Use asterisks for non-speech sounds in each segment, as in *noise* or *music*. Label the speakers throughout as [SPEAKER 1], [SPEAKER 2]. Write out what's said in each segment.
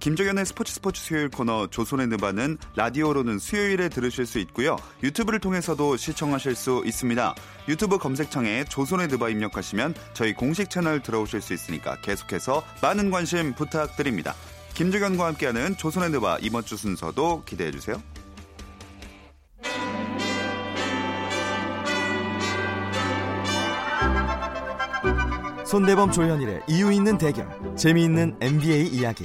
[SPEAKER 1] 김종현의 스포츠 스포츠 수요일 코너 조선의 느바는 라디오로는 수요일에 들으실 수 있고요. 유튜브를 통해서도 시청하실 수 있습니다. 유튜브 검색창에 조선의 느바 입력하시면 저희 공식 채널 들어오실 수 있으니까 계속해서 많은 관심 부탁드립니다. 김종현과 함께하는 조선의 느바 이번 주 순서도 기대해 주세요.
[SPEAKER 2] 손대범 조현일의 이유 있는 대결 재미있는 NBA 이야기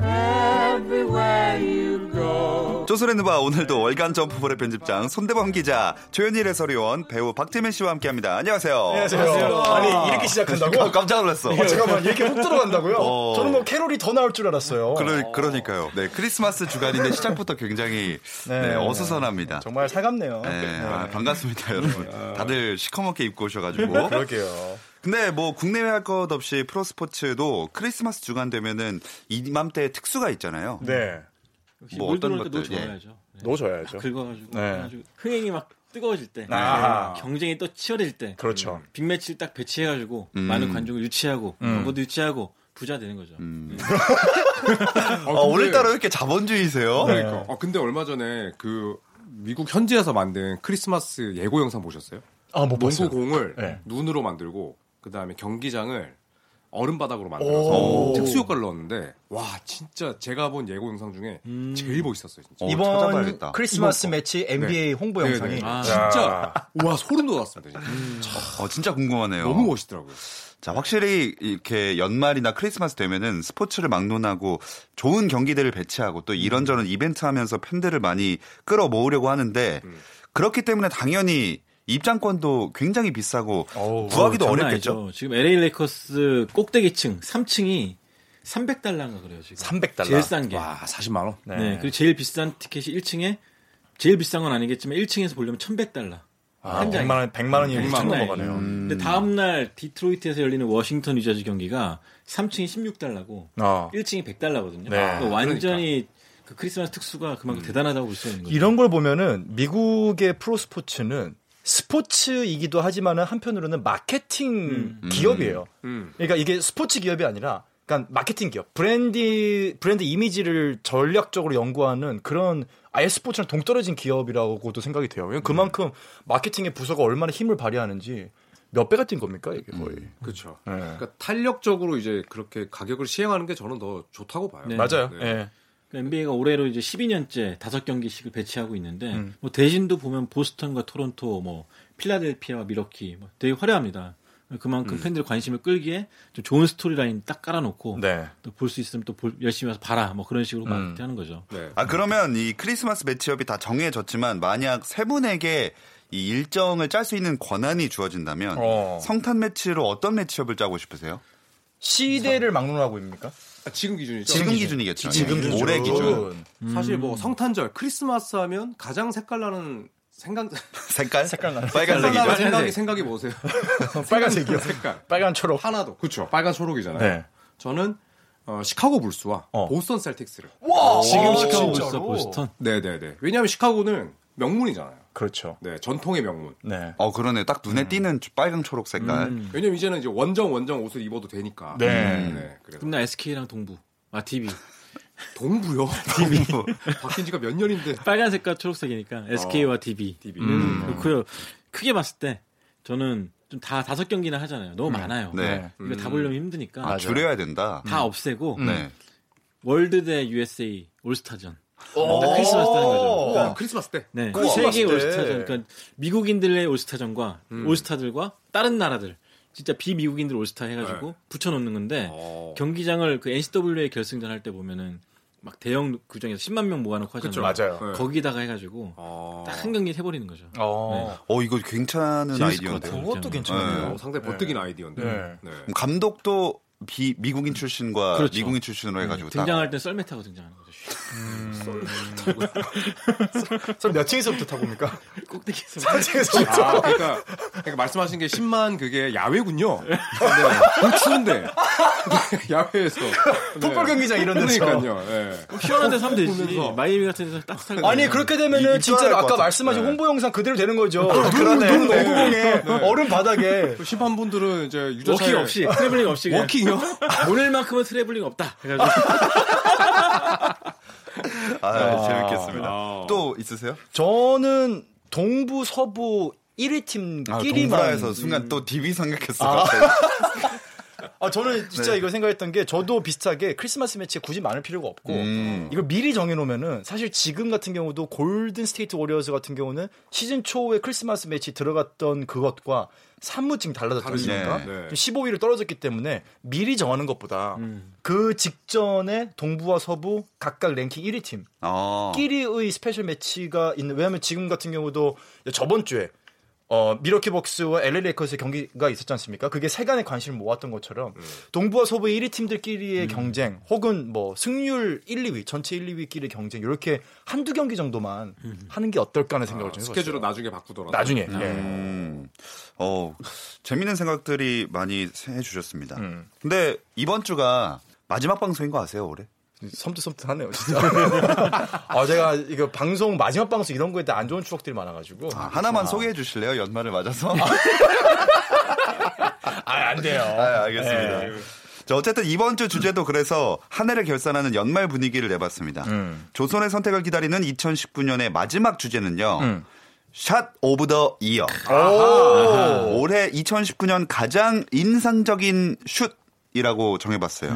[SPEAKER 3] everywhere you go.
[SPEAKER 1] 조선의 누바 오늘도 월간 점프볼의 편집장 손대범 기자 조현일 해설위원 배우 박태민 씨와 함께합니다. 안녕하세요.
[SPEAKER 4] 아니 이렇게 시작한다고?
[SPEAKER 1] 아, 깜짝 놀랐어.
[SPEAKER 4] 어, 잠깐만 이렇게 훅 들어간다고요?
[SPEAKER 1] 어.
[SPEAKER 4] 저는 뭐 캐롤이 더 나올 줄 알았어요.
[SPEAKER 1] 그러, 그러니까요. 네 크리스마스 주간인데 시작부터 굉장히
[SPEAKER 4] 네.
[SPEAKER 1] 네, 어수선합니다.
[SPEAKER 4] 정말 살갑네요.
[SPEAKER 1] 네, 아, 반갑습니다 여러분. 다들 시커멓게 입고 *laughs* 오셔가지고.
[SPEAKER 4] 그러게요.
[SPEAKER 1] 근데 뭐 국내외 할 것 없이 프로 스포츠도 크리스마스 주간 되면은 이맘때 특수가 있잖아요.
[SPEAKER 4] 네.
[SPEAKER 5] 역시
[SPEAKER 1] 뭐
[SPEAKER 5] 물
[SPEAKER 1] 어떤
[SPEAKER 5] 들어올 때
[SPEAKER 1] 것들, 예.
[SPEAKER 5] 놓쳐야죠. 네.
[SPEAKER 4] 놓아줘야죠.
[SPEAKER 5] 긁어가지고
[SPEAKER 4] 네.
[SPEAKER 5] 해가지고 흥행이 막 뜨거워질 때, 네.
[SPEAKER 4] 아.
[SPEAKER 5] 경쟁이 또 치열해질 때, 음,
[SPEAKER 4] 그렇죠. 음.
[SPEAKER 5] 빅매치를 딱 배치해가지고
[SPEAKER 1] 음.
[SPEAKER 5] 많은 관중을 유치하고 광고도 유치하고 부자 되는 거죠.
[SPEAKER 1] 아, 오늘따라 왜 이렇게 자본주의세요?
[SPEAKER 4] 그러니까.
[SPEAKER 6] 아 근데 얼마 전에 그 미국 현지에서 만든 크리스마스 예고 영상 보셨어요?
[SPEAKER 4] 아못 뭐
[SPEAKER 6] 농구
[SPEAKER 4] 봤어요.
[SPEAKER 6] 공을
[SPEAKER 4] 네.
[SPEAKER 6] 눈으로 만들고 그 다음에 경기장을 얼음 바닥으로
[SPEAKER 4] 오.
[SPEAKER 6] 만들어서 특수 효과를 넣었는데 와 진짜 제가 본 예고 영상 중에
[SPEAKER 4] 음.
[SPEAKER 6] 제일 멋있었어요 진짜.
[SPEAKER 1] 어,
[SPEAKER 4] 이번
[SPEAKER 1] 찾아봐야겠다.
[SPEAKER 4] 크리스마스 매치 NBA 홍보
[SPEAKER 6] 네,
[SPEAKER 4] 영상이 음.
[SPEAKER 6] 네.
[SPEAKER 5] 아.
[SPEAKER 6] 진짜 와 소름 돋았습니다. 진짜.
[SPEAKER 1] 어, 진짜 궁금하네요.
[SPEAKER 6] 너무 멋있더라고요.
[SPEAKER 1] 자, 확실히 이렇게 연말이나 크리스마스 되면은 스포츠를 막론하고 좋은 경기들을 배치하고 또 이런저런 이벤트 하면서 팬들을 많이 끌어 모으려고 하는데 그렇기 때문에 당연히 입장권도 굉장히 비싸고 구하기도
[SPEAKER 5] 장난
[SPEAKER 1] 어렵겠죠.
[SPEAKER 5] 아니죠. 지금 LA 레이커스 꼭대기층 3층이 300달러인가 그래요 지금.
[SPEAKER 4] 300달러.
[SPEAKER 5] 제일 싼 게.
[SPEAKER 6] 와 40만 원.
[SPEAKER 5] 네. 그리고 제일 비싼 티켓이 1층에 제일 비싼 건 아니겠지만 1층에서 보려면 1,100달러.
[SPEAKER 4] 아, 100만 원 100만 원이
[SPEAKER 1] 음.
[SPEAKER 5] 네,
[SPEAKER 4] 엄청
[SPEAKER 5] 장난
[SPEAKER 4] 넘어가네요.
[SPEAKER 5] 아니에요. 근데 다음 날 디트로이트에서 열리는 워싱턴 유저지 경기가 3층이 16달러고
[SPEAKER 4] 아.
[SPEAKER 5] 1층이 100달러거든요. 그러니까
[SPEAKER 4] 네. 음.
[SPEAKER 5] 완전히 그 크리스마스 특수가 그만큼 대단하다고 볼 수 있는 거죠.
[SPEAKER 4] 이런 걸 보면은 미국의 프로 스포츠는 스포츠이기도 하지만은 한편으로는 마케팅 기업이에요.
[SPEAKER 6] 음.
[SPEAKER 4] 그러니까 이게 스포츠 기업이 아니라 그러니까 마케팅 기업, 브랜디 브랜드 이미지를 전략적으로 연구하는 그런 아예 스포츠랑 동떨어진 기업이라고도 생각이 돼요. 왜냐면 그만큼 마케팅의 부서가 얼마나 힘을 발휘하는지 몇 배가 뛴 겁니까 이게 거의.
[SPEAKER 6] 그렇죠.
[SPEAKER 4] 네.
[SPEAKER 6] 그러니까 탄력적으로 이제 그렇게 가격을 시행하는 게 저는 더 좋다고 봐요.
[SPEAKER 5] 네.
[SPEAKER 4] 맞아요.
[SPEAKER 6] 네.
[SPEAKER 4] 예.
[SPEAKER 5] NBA가 그러니까 올해로 이제 12년째 다섯 경기씩을 배치하고 있는데
[SPEAKER 4] 음.
[SPEAKER 5] 뭐 대신도 보면 보스턴과 토론토, 뭐 필라델피아와 미러키 뭐 되게 화려합니다. 그만큼
[SPEAKER 4] 음.
[SPEAKER 5] 팬들의 관심을 끌기에 좀 좋은 스토리라인 딱 깔아놓고
[SPEAKER 4] 네. 음.
[SPEAKER 5] 또 볼 수 있으면 또 볼- 열심히 와서 봐라 뭐 그런 식으로 마케팅하는 거죠.
[SPEAKER 6] 네.
[SPEAKER 1] 아, 그러면 이 크리스마스 매치업이 다 정해졌지만 만약 세 분에게 이 일정을 짤 수 있는 권한이 주어진다면
[SPEAKER 4] 어.
[SPEAKER 1] 성탄 매치로 어떤 매치업을 짜고 싶으세요?
[SPEAKER 4] 시대를 막론하고 입니까?
[SPEAKER 6] 아, 지금 기준이죠.
[SPEAKER 1] 지금 기준이겠죠.
[SPEAKER 4] 지금 기준.
[SPEAKER 1] 올해 기준.
[SPEAKER 6] 사실
[SPEAKER 4] 음.
[SPEAKER 6] 뭐 성탄절, 크리스마스 하면 가장 색깔나는 생각
[SPEAKER 1] 색깔?
[SPEAKER 4] *laughs* 색깔 나는-
[SPEAKER 1] 빨간색이죠.
[SPEAKER 6] 색깔나는 생각이 생각이 뭐세요?
[SPEAKER 4] *laughs* 빨간색이요.
[SPEAKER 6] 색깔
[SPEAKER 4] 빨간 초록.
[SPEAKER 6] 하나도 그렇죠. 빨간 초록이잖아요.
[SPEAKER 4] 네.
[SPEAKER 6] 저는 어, 시카고 불스와
[SPEAKER 4] 어.
[SPEAKER 6] 보스턴 셀틱스를.
[SPEAKER 4] 와,
[SPEAKER 5] 지금
[SPEAKER 4] 오,
[SPEAKER 5] 시카고
[SPEAKER 4] 어, 진짜로?
[SPEAKER 5] 있어 보스턴.
[SPEAKER 6] 네네네. 왜냐하면 시카고는 명문이잖아요.
[SPEAKER 4] 그렇죠.
[SPEAKER 6] 네 전통의 명문.
[SPEAKER 4] 네.
[SPEAKER 1] 어, 그러네. 딱
[SPEAKER 5] 음.
[SPEAKER 1] 눈에 띄는 빨강 초록 색깔.
[SPEAKER 6] 왜냐면 이제는 이제 원정 원정 옷을 입어도 되니까.
[SPEAKER 4] 음.
[SPEAKER 6] 음.
[SPEAKER 4] 네.
[SPEAKER 6] 그래서
[SPEAKER 5] 그럼 나 SK랑 동부, 아 TV.
[SPEAKER 4] *laughs*
[SPEAKER 6] 동부요.
[SPEAKER 5] *laughs*
[SPEAKER 1] 그리고
[SPEAKER 6] *laughs* 바뀐 지가 몇 년인데.
[SPEAKER 5] 빨간색과 초록색이니까 SK와 DB.
[SPEAKER 6] DB.
[SPEAKER 4] 음.
[SPEAKER 5] 그렇고요. 크게 봤을 때 저는 좀 다 다섯 경기나 하잖아요. 너무 많아요.
[SPEAKER 1] 네.
[SPEAKER 5] 이거 다 보려면 힘드니까
[SPEAKER 1] 아, 줄여야 된다.
[SPEAKER 5] 음. 다 없애고 음.
[SPEAKER 1] 네.
[SPEAKER 5] 월드 대 USA 올스타전.
[SPEAKER 4] 어. 네,
[SPEAKER 5] 딱 크리스마스 때는 거죠.
[SPEAKER 6] 와,
[SPEAKER 5] 그러니까
[SPEAKER 6] 크리스마스 때.
[SPEAKER 5] 네,
[SPEAKER 4] 크리스마스
[SPEAKER 5] 세계
[SPEAKER 4] 때.
[SPEAKER 5] 올스타전. 그러니까 미국인들의 올스타전과 올스타들과 다른 나라들 진짜 비미국인들 올스타 해가지고 붙여놓는 건데
[SPEAKER 6] 어.
[SPEAKER 5] 경기장을 그 NCAA 결승전 할 때 보면은 막 대형 구장에서 10만 명 모아놓고 하잖아요.
[SPEAKER 4] 맞아요.
[SPEAKER 6] 네.
[SPEAKER 5] 거기다가 해가지고
[SPEAKER 6] 어.
[SPEAKER 5] 딱 한 경기 해버리는 거죠.
[SPEAKER 4] 어.
[SPEAKER 1] 어, 이거 괜찮은
[SPEAKER 5] 재밌을 것
[SPEAKER 1] 아이디어인데요.
[SPEAKER 5] 같아요.
[SPEAKER 4] 그것도
[SPEAKER 5] 네.
[SPEAKER 4] 괜찮네요.
[SPEAKER 6] 어, 상당히 버뜩인 아이디어인데.
[SPEAKER 4] 네.
[SPEAKER 6] 네.
[SPEAKER 1] 감독도 비, 미국인 출신과
[SPEAKER 5] 그렇죠.
[SPEAKER 1] 미국인 출신으로 해가지고 딱.
[SPEAKER 5] 등장할 때 썰매타고 등장하는 거죠. *laughs*
[SPEAKER 4] 네. 그럼 몇 층에서부터 타고 *laughs* 옵니까?
[SPEAKER 5] 꼭대기에서
[SPEAKER 4] 층에서부터.
[SPEAKER 6] 아, 그러니까, 그러니까 말씀하신 게 10만 그게 야외군요. 근데 너무 추운데 *laughs* 야외에서 네.
[SPEAKER 4] 풋볼 경기장 이런 데서.
[SPEAKER 6] 그러니까요. 예.
[SPEAKER 5] 시원한 데서 하면 되지.
[SPEAKER 6] 보면서.
[SPEAKER 5] 마이애미 같은 데서 따뜻하게.
[SPEAKER 4] 아니 그렇게 되면은
[SPEAKER 1] 이-
[SPEAKER 4] 진짜로
[SPEAKER 1] 입증할
[SPEAKER 4] 아까
[SPEAKER 1] 것 같아.
[SPEAKER 4] 말씀하신
[SPEAKER 1] 네.
[SPEAKER 4] 홍보 영상 그대로 되는 거죠. 눈, 눈 너무 네. 공에 *laughs* 얼음 바닥에.
[SPEAKER 6] 또 심판분들은 이제 유저차
[SPEAKER 5] 워킹 없이 네, 트래블링 없이 그냥 *laughs*
[SPEAKER 6] 워킹요?
[SPEAKER 5] 오늘만큼은 트래블링 없다. 해가지고
[SPEAKER 1] 아, 재밌겠습니다.
[SPEAKER 5] 아.
[SPEAKER 1] 또 있으세요?
[SPEAKER 4] 저는 동부 서부 1위 팀끼리만
[SPEAKER 1] 아, 동부라에서
[SPEAKER 5] 음.
[SPEAKER 1] 순간 또 DB 생각했어. 갑자기.
[SPEAKER 4] 아 저는
[SPEAKER 1] 네.
[SPEAKER 4] 진짜 이거 생각했던 게 저도 비슷하게 크리스마스 매치에 굳이 많을 필요가 없고
[SPEAKER 1] 음.
[SPEAKER 4] 이걸 미리 정해놓으면은 사실 지금 같은 경우도 골든 스테이트 워리어스 같은 경우는 시즌 초에 크리스마스 매치 들어갔던 그것과 그러니까 산무증 달라졌지 않습니까?
[SPEAKER 1] 다르죠.
[SPEAKER 6] 네.
[SPEAKER 4] 15위를 떨어졌기 때문에 미리 정하는 것보다
[SPEAKER 1] 음.
[SPEAKER 4] 그 직전에 동부와 서부 각각 랭킹 1위 팀
[SPEAKER 1] 어.
[SPEAKER 4] 끼리의 스페셜 매치가 있는 왜냐하면 지금 같은 경우도 저번 주에 어, 미러키 벅스와 LA 레이커스의 경기가 있었지 않습니까? 그게 세간의 관심을 모았던 것처럼 동부와 서부 1위 팀들끼리의 경쟁 혹은 뭐 승률 1, 2위 전체 1, 2위끼리 경쟁 이렇게 한두 경기 정도만 하는 게 어떨까 하는 생각을 좀
[SPEAKER 6] 스케줄을
[SPEAKER 4] 해봤어요.
[SPEAKER 6] 나중에 바꾸더라도
[SPEAKER 4] 나중에 예.
[SPEAKER 1] 음. 어, 재밌는 생각들이 많이 해주셨습니다.
[SPEAKER 4] 음.
[SPEAKER 1] 근데 이번 주가 마지막 방송인 거 아세요, 올해?
[SPEAKER 4] 섬뜩섬뜩하네요 진짜. *laughs* 아 제가 이거 방송 마지막 방송 이런 거에 대해 안 좋은 추억들이 많아가지고
[SPEAKER 1] 아, 하나만 소개해 주실래요? 연말을 맞아서? *laughs*
[SPEAKER 4] 아안 돼요.
[SPEAKER 1] 아, 알겠습니다. 자, 어쨌든 이번 주 주제도 그래서 한 해를 결산하는 연말 분위기를 내봤습니다. 조선의 선택을 기다리는 2019년의 마지막 주제는요. 샷 오브 더 이어. 올해 2019년 가장 인상적인 슛. 이라고 정해봤어요.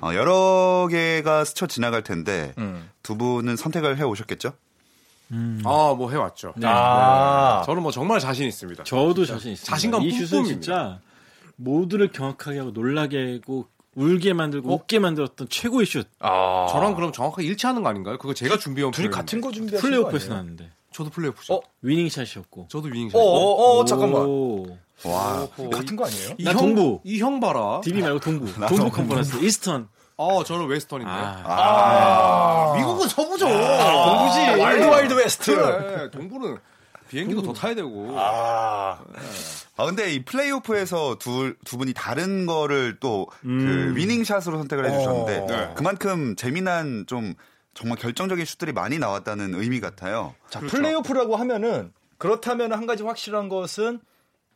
[SPEAKER 1] 어, 여러 개가 스쳐 지나갈 텐데 두 분은 선택을 해 오셨겠죠?
[SPEAKER 6] 아뭐 해왔죠. 네.
[SPEAKER 4] 아.
[SPEAKER 6] 저는 뭐 정말 자신 있습니다.
[SPEAKER 5] 저도 자신 있어요.
[SPEAKER 6] 자신감
[SPEAKER 5] 이 슛은
[SPEAKER 6] 뿜뿜입니다.
[SPEAKER 5] 진짜 모두를 경악하게 하고 놀라게 하고 울게 만들고 웃게 만들었던 최고의 슛.
[SPEAKER 4] 아.
[SPEAKER 6] 저랑 그럼 정확하게 일치하는 거 아닌가요? 그거 제가 준비한
[SPEAKER 4] 둘이
[SPEAKER 6] 표현인데.
[SPEAKER 4] 같은 거 준비하신 거
[SPEAKER 5] 플레이오프에서
[SPEAKER 4] 아니에요?
[SPEAKER 5] 나왔는데
[SPEAKER 6] 저도 플레이오프죠.
[SPEAKER 4] 어?
[SPEAKER 5] 위닝 샷이었고.
[SPEAKER 6] 저도 위닝샷.
[SPEAKER 4] 어어어 잠깐만
[SPEAKER 5] 오.
[SPEAKER 1] 와,
[SPEAKER 4] 같은 거 아니에요?
[SPEAKER 5] 나 동부.
[SPEAKER 6] 이형 봐라.
[SPEAKER 5] DB 말고 동부. 동부 컨퍼런스 이스턴.
[SPEAKER 6] 아 저는 웨스턴인데.
[SPEAKER 5] 아.
[SPEAKER 6] 미국은 서부죠. 아.
[SPEAKER 4] 동부지 와일드 와일드 웨스트
[SPEAKER 6] 그래, 예, 동부는 비행기도 더 타야 되고. 아,
[SPEAKER 1] 아 근데 이 플레이오프에서 두, 두 분이 다른 거를 또 그 위닝샷으로 선택을 해주셨는데
[SPEAKER 4] 음. 어.
[SPEAKER 6] 네.
[SPEAKER 1] 그만큼 재미난 좀 정말 결정적인 슛들이 많이 나왔다는 의미 같아요.
[SPEAKER 4] 자
[SPEAKER 6] 그렇죠.
[SPEAKER 4] 플레이오프라고 하면은 그렇다면 한 가지 확실한 것은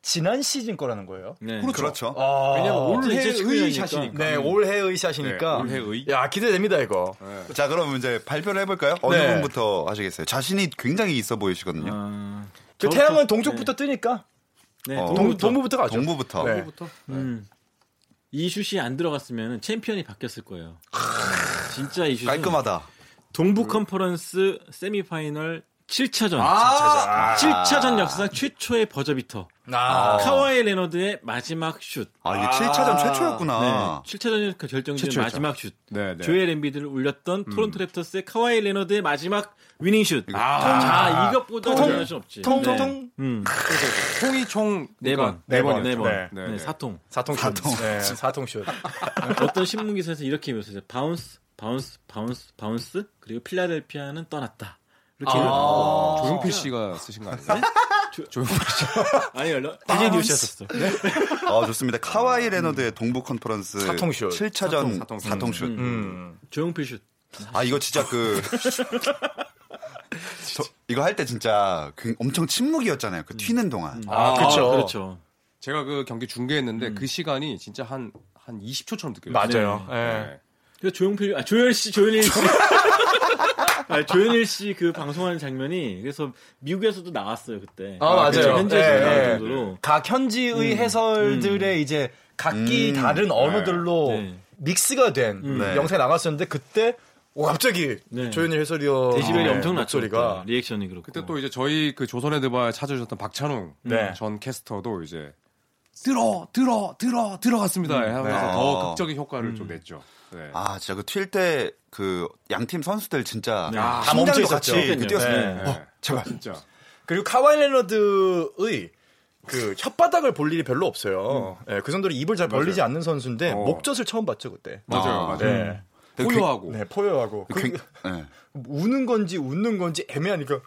[SPEAKER 4] 지난 시즌 거라는 거예요.
[SPEAKER 5] 네.
[SPEAKER 1] 그렇죠.
[SPEAKER 6] 왜냐면
[SPEAKER 5] 이제
[SPEAKER 6] 올해의
[SPEAKER 5] 측면이니까.
[SPEAKER 6] 샷이니까.
[SPEAKER 4] 네 올해의 샷이니까
[SPEAKER 6] 네, 올해의. 네.
[SPEAKER 4] 야 기대됩니다 이거.
[SPEAKER 1] 자 그럼 이제 발표를 해볼까요? 어느
[SPEAKER 4] 네.
[SPEAKER 1] 분부터 하시겠어요? 자신이 굉장히 있어 보이시거든요.
[SPEAKER 5] 아.
[SPEAKER 4] 그 태양은 동쪽부터 뜨니까
[SPEAKER 5] 네.
[SPEAKER 1] 어.
[SPEAKER 4] 동,
[SPEAKER 5] 동부.
[SPEAKER 4] 동부부터 가죠.
[SPEAKER 1] 동부부터.
[SPEAKER 4] 네.
[SPEAKER 5] 음. 이 슛이 안 들어갔으면 챔피언이 바뀌었을 거예요. 진짜 이 슛은
[SPEAKER 1] 깔끔하다.
[SPEAKER 5] 동부 컨퍼런스 세미파이널 7차전.
[SPEAKER 6] 아,
[SPEAKER 5] 7차전 역사상 최초의 버저비터.
[SPEAKER 4] 아.
[SPEAKER 5] 카와이 레너드의 마지막 슛.
[SPEAKER 1] 아 이게 7차전 어. 최초였구나.
[SPEAKER 5] 네, 7차전 결정전
[SPEAKER 6] 최초였죠.
[SPEAKER 5] 마지막 슛.
[SPEAKER 6] 네, 네.
[SPEAKER 5] 조엘 엠비드를 울렸던 토론토 랩터스의 카와이 레너드의 마지막 위닝 슛. 아.
[SPEAKER 6] 아.
[SPEAKER 5] 자, 이것보다
[SPEAKER 4] 통,
[SPEAKER 5] 중요할 수 없지. 네.
[SPEAKER 4] 통통
[SPEAKER 5] 음.
[SPEAKER 6] 통이 총 그러니까
[SPEAKER 5] 네 번.
[SPEAKER 4] 네
[SPEAKER 5] 네 번.
[SPEAKER 4] 번이었죠.
[SPEAKER 5] 네 번.
[SPEAKER 4] 네.
[SPEAKER 5] 네,
[SPEAKER 6] 네.
[SPEAKER 5] 사통.
[SPEAKER 4] 사통 슛.
[SPEAKER 1] 사통.
[SPEAKER 4] 네, 사통 슛.
[SPEAKER 5] 어떤 신문 기사에서 이렇게 읽었어요. 바운스, 바운스, 바운스, 바운스. 그리고 필라델피아는 떠났다. 이렇게 읽었어요.
[SPEAKER 6] 조용필 씨가 쓰신 거 아. 아니에요?
[SPEAKER 5] 아니, 연락. DJ 뉴스였었어.
[SPEAKER 1] 아 좋습니다. 카와이 레너드의 동부 컨퍼런스
[SPEAKER 4] 사통슛.
[SPEAKER 1] 7차전 사통, 슛.
[SPEAKER 4] 음.
[SPEAKER 5] 조용필 슛.
[SPEAKER 1] 아 이거 진짜
[SPEAKER 4] *laughs*
[SPEAKER 1] 그 저, 이거 할 때 진짜 그 엄청 침묵이었잖아요.
[SPEAKER 4] 음.
[SPEAKER 1] 그 튀는 동안.
[SPEAKER 4] 아, 그쵸.
[SPEAKER 5] 아, 그렇죠.
[SPEAKER 6] 제가 그 경기 중계했는데 그 시간이 진짜 한 한 20초처럼 느껴요.
[SPEAKER 4] 맞아요.
[SPEAKER 6] 네.
[SPEAKER 4] 예.
[SPEAKER 5] 그 조용필, 아, 조현 씨, 조현일 씨. 아, 조현일 씨 그 방송하는 장면이 그래서 미국에서도 나왔어요, 그때.
[SPEAKER 4] 아, 맞아요.
[SPEAKER 5] 그쵸, 현지에서
[SPEAKER 4] 예,
[SPEAKER 5] 나올
[SPEAKER 4] 예.
[SPEAKER 5] 정도로. 음.
[SPEAKER 4] 각 현지의 해설들의 이제 각기 다른 언어들로
[SPEAKER 5] 네. 음.
[SPEAKER 4] 믹스가 된
[SPEAKER 1] 네.
[SPEAKER 4] 영상이 나갔었는데 그때 오, 갑자기
[SPEAKER 5] 네.
[SPEAKER 4] 조현일 해설위원
[SPEAKER 5] 데시벨이
[SPEAKER 4] 의
[SPEAKER 5] 엄청났죠.
[SPEAKER 4] 목소리가
[SPEAKER 5] 그때. 리액션이 그렇고.
[SPEAKER 6] 그때 또 이제 저희 그 조선의 드바에 찾아주셨던 박찬웅
[SPEAKER 4] 네.
[SPEAKER 6] 전 캐스터도 이제 들어 들어 들어 들어갔습니다 하면서
[SPEAKER 1] 네.
[SPEAKER 6] 더
[SPEAKER 1] 아.
[SPEAKER 6] 극적인 효과를 좀 냈죠. 네.
[SPEAKER 1] 아 진짜 그 튈 때 그 양팀 선수들 진짜
[SPEAKER 5] 네.
[SPEAKER 1] 아,
[SPEAKER 4] 다 멈춰
[SPEAKER 1] 심장도
[SPEAKER 4] 있었죠.
[SPEAKER 6] 네.
[SPEAKER 1] 같이 그
[SPEAKER 6] 어,
[SPEAKER 5] 그러니까요.
[SPEAKER 1] 뛰었어요.
[SPEAKER 5] 네.
[SPEAKER 6] 제발 진짜
[SPEAKER 4] 그리고 카와이 레너드의 그 혓바닥을 볼 일이 별로 없어요.
[SPEAKER 5] 음.
[SPEAKER 4] 예, 그 정도로 입을 잘 벌리지 않는
[SPEAKER 5] 어.
[SPEAKER 4] 선수인데 목젖을 처음 봤죠 그때.
[SPEAKER 6] 맞아요, 맞아요.
[SPEAKER 4] 네.
[SPEAKER 6] 포효하고
[SPEAKER 4] 네, 포효하고 그,
[SPEAKER 1] 굉- 예.
[SPEAKER 4] 우는 건지 웃는 건지 애매하니까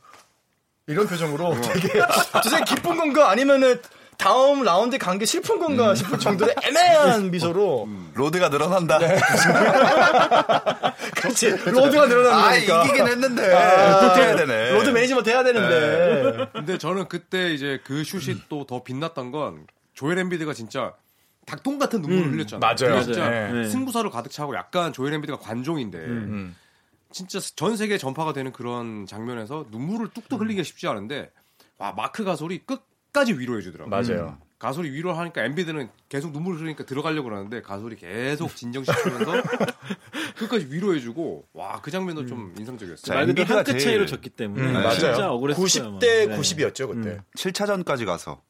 [SPEAKER 4] 이런 표정으로
[SPEAKER 1] 어.
[SPEAKER 4] 되게 *laughs* 도대체 기쁜 건가 아니면은 다음 라운드 간 게 슬픈
[SPEAKER 1] 음.
[SPEAKER 4] 건가 싶을 정도로
[SPEAKER 1] *laughs*
[SPEAKER 4] 애매한 미소로
[SPEAKER 1] 로드가 늘어난다.
[SPEAKER 4] 네. 그렇지
[SPEAKER 1] *laughs*
[SPEAKER 4] 로드가
[SPEAKER 1] 아,
[SPEAKER 4] 늘어나니까 아,
[SPEAKER 1] 이기긴 했는데. 또 해야 되네.
[SPEAKER 4] 그러니까. 로드 매니지먼트 해야
[SPEAKER 1] 네.
[SPEAKER 4] 되는데
[SPEAKER 6] 근데 저는 그때 이제 그 슛이 또 더 빛났던 건 조엘 엠비드가 진짜 닭똥 같은 눈물을 흘렸잖아요.
[SPEAKER 4] 맞아요.
[SPEAKER 6] 근데 진짜
[SPEAKER 4] 맞아요.
[SPEAKER 5] 네.
[SPEAKER 6] 승부사로 가득 차고 약간 조엘 엠비드가 관종인데 진짜 전 세계 전파가 되는 그런 장면에서 눈물을 뚝뚝 흘리기가 쉽지 않은데 와 마크 가솔이 끝까지 위로해 주더라고요. 음.
[SPEAKER 4] 맞아요.
[SPEAKER 6] 가솔이 위로하니까 엠비드는 계속 눈물을 흘리니까 들어가려고 그러는데 가솔이 계속 진정시키면서 끝까지 위로해주고 와 그 장면도 좀 인상적이었어요.
[SPEAKER 5] 말 그대로
[SPEAKER 1] 엔비디가
[SPEAKER 5] 아, 한끗
[SPEAKER 1] 제일-
[SPEAKER 5] 차이로 졌기 때문에
[SPEAKER 4] 음,
[SPEAKER 5] 진짜
[SPEAKER 4] 맞아요 음.
[SPEAKER 5] 억울했어요.
[SPEAKER 4] 90대
[SPEAKER 5] 네.
[SPEAKER 4] 90이었죠 그때
[SPEAKER 1] 7차전까지 가서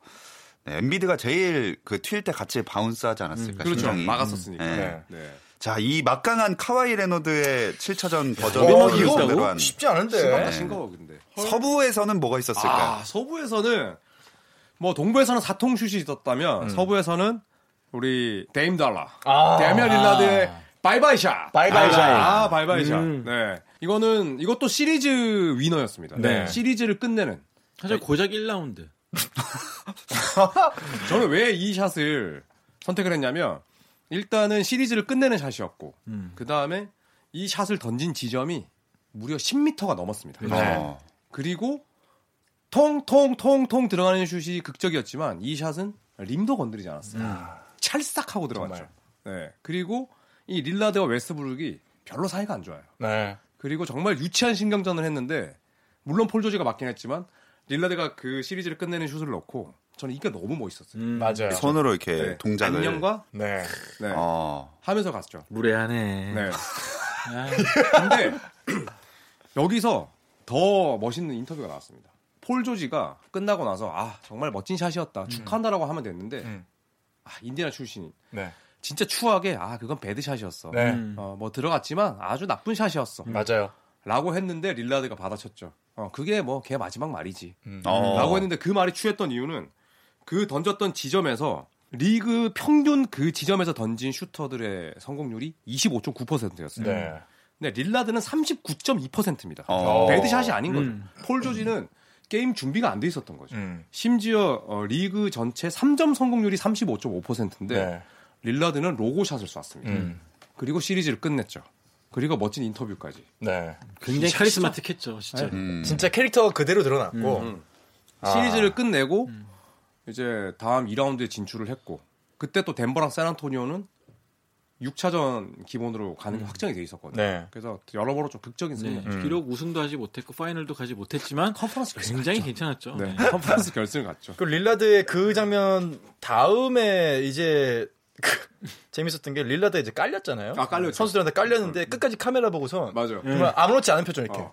[SPEAKER 1] 네, 엔비드가 제일 그 튈 때 같이 바운스하지
[SPEAKER 4] 음,
[SPEAKER 1] 않았을까
[SPEAKER 6] 그렇죠.
[SPEAKER 1] 심장이.
[SPEAKER 6] 막았었으니까.
[SPEAKER 1] 네.
[SPEAKER 6] 네.
[SPEAKER 1] 자, 이 막강한 카와이 레노드의 7차전
[SPEAKER 4] 어,
[SPEAKER 5] 이거
[SPEAKER 1] 버전을
[SPEAKER 5] 이거
[SPEAKER 1] 상대로 한
[SPEAKER 4] 뭐 쉽지 않은데
[SPEAKER 6] 심각하다 심각하고 근데.
[SPEAKER 1] 서부에서는 뭐가 있었을까?
[SPEAKER 6] 아 서부에서는 뭐 동부에서는 사통 슛이 있었다면 서부에서는 우리 데임 달라,
[SPEAKER 4] 아.
[SPEAKER 6] 데미안 릴라드의 바이바이 샷.
[SPEAKER 4] 바이바이 샷.
[SPEAKER 6] 아 바이바이 샷.
[SPEAKER 5] 음.
[SPEAKER 6] 네. 이거는 이것도 시리즈 위너였습니다.
[SPEAKER 4] 네.
[SPEAKER 6] 시리즈를 끝내는.
[SPEAKER 5] 사실 고작 1라운드.
[SPEAKER 6] 저는 왜 이 샷을 선택을 했냐면 일단은 시리즈를 끝내는 샷이었고 그 다음에 이 샷을 던진 지점이 무려 10m가 넘었습니다.
[SPEAKER 4] 네.
[SPEAKER 1] 어.
[SPEAKER 6] 그리고 통통통통 들어가는 슛이 극적이었지만 이 샷은 림도 건드리지 않았어요. 찰싹하고 들어갔죠. 네. 그리고 이 릴라드와 웨스브룩이 별로 사이가 안 좋아요.
[SPEAKER 4] 네.
[SPEAKER 6] 그리고 정말 유치한 신경전을 했는데 물론 폴 조지가 맞긴 했지만 릴라드가 그 시리즈를 끝내는 슛을 넣고 저는 이게 너무 멋있었어요.
[SPEAKER 5] 음.
[SPEAKER 4] 맞아요
[SPEAKER 1] 손으로 이렇게
[SPEAKER 6] 네.
[SPEAKER 1] 음. 동작을
[SPEAKER 6] 안녕과
[SPEAKER 4] 네
[SPEAKER 6] 네.
[SPEAKER 1] 어.
[SPEAKER 6] 하면서 갔죠.
[SPEAKER 5] 무례하네.
[SPEAKER 6] 네.
[SPEAKER 5] 아,
[SPEAKER 6] 근데 여기서 더 멋있는 인터뷰가 나왔습니다. 폴 조지가 끝나고 나서 아 정말 멋진 샷이었다 축하한다라고 하면 됐는데
[SPEAKER 4] 음.
[SPEAKER 6] 아 인디나 출신이
[SPEAKER 4] 네.
[SPEAKER 6] 진짜 추하게 아 그건 배드 샷이었어.
[SPEAKER 4] 네. 음.
[SPEAKER 5] 음.
[SPEAKER 6] 어, 뭐 들어갔지만 아주 나쁜 샷이었어.
[SPEAKER 4] 맞아요
[SPEAKER 6] 라고 했는데 릴라드가 받아쳤죠. 어, 그게 뭐 걔 마지막 말이지.
[SPEAKER 4] 음.
[SPEAKER 1] 어.
[SPEAKER 6] 라고 했는데 그 말이 취했던 이유는 그 던졌던 지점에서 리그 평균 그 지점에서 던진 슈터들의 성공률이 25.9%였어요.
[SPEAKER 4] 네
[SPEAKER 6] 근데 릴라드는 39.2%입니다.
[SPEAKER 1] 어.
[SPEAKER 6] 배드샷이 아닌 거죠.
[SPEAKER 5] 음.
[SPEAKER 6] 폴 조지는 게임 준비가 안 돼 있었던 거죠.
[SPEAKER 4] 음.
[SPEAKER 6] 심지어 어, 리그 전체 3점 성공률이 35.5%인데
[SPEAKER 4] 네.
[SPEAKER 6] 릴라드는 로고샷을 쐈습니다.
[SPEAKER 4] 음.
[SPEAKER 6] 그리고 시리즈를 끝냈죠. 그리고 멋진 인터뷰까지.
[SPEAKER 4] 네.
[SPEAKER 5] 굉장히 카리스마틱했죠, 진짜.
[SPEAKER 1] 음.
[SPEAKER 4] 진짜 캐릭터 그대로 드러났고
[SPEAKER 5] 아.
[SPEAKER 6] 시리즈를 끝내고
[SPEAKER 5] 음.
[SPEAKER 6] 이제 다음 2라운드에 진출을 했고 그때 또 덴버랑 샌안토니오는 6차전 기본으로 가는 게 확정이 돼 있었거든요.
[SPEAKER 4] 네.
[SPEAKER 6] 그래서 여러 번로 좀 극적인 승리.
[SPEAKER 5] 음. 네. 비록 우승도 하지 못했고 파이널도 가지 못했지만
[SPEAKER 6] 컨퍼런스 결승
[SPEAKER 5] 굉장히
[SPEAKER 6] 갔죠.
[SPEAKER 5] 괜찮았죠.
[SPEAKER 6] 네. *laughs*
[SPEAKER 5] 네.
[SPEAKER 6] 컨퍼런스 결승을 갔죠.
[SPEAKER 4] 그 릴라드의 그 장면 다음에 이제 그 *laughs* 재밌었던 게 릴라드 이제 깔렸잖아요.
[SPEAKER 6] 아, 깔렸죠. 음,
[SPEAKER 4] 선수들한테 깔렸는데 끝까지 카메라 보고서
[SPEAKER 6] 맞아요.
[SPEAKER 4] 정말 아무렇지 않은 표정 이렇게.
[SPEAKER 6] 어.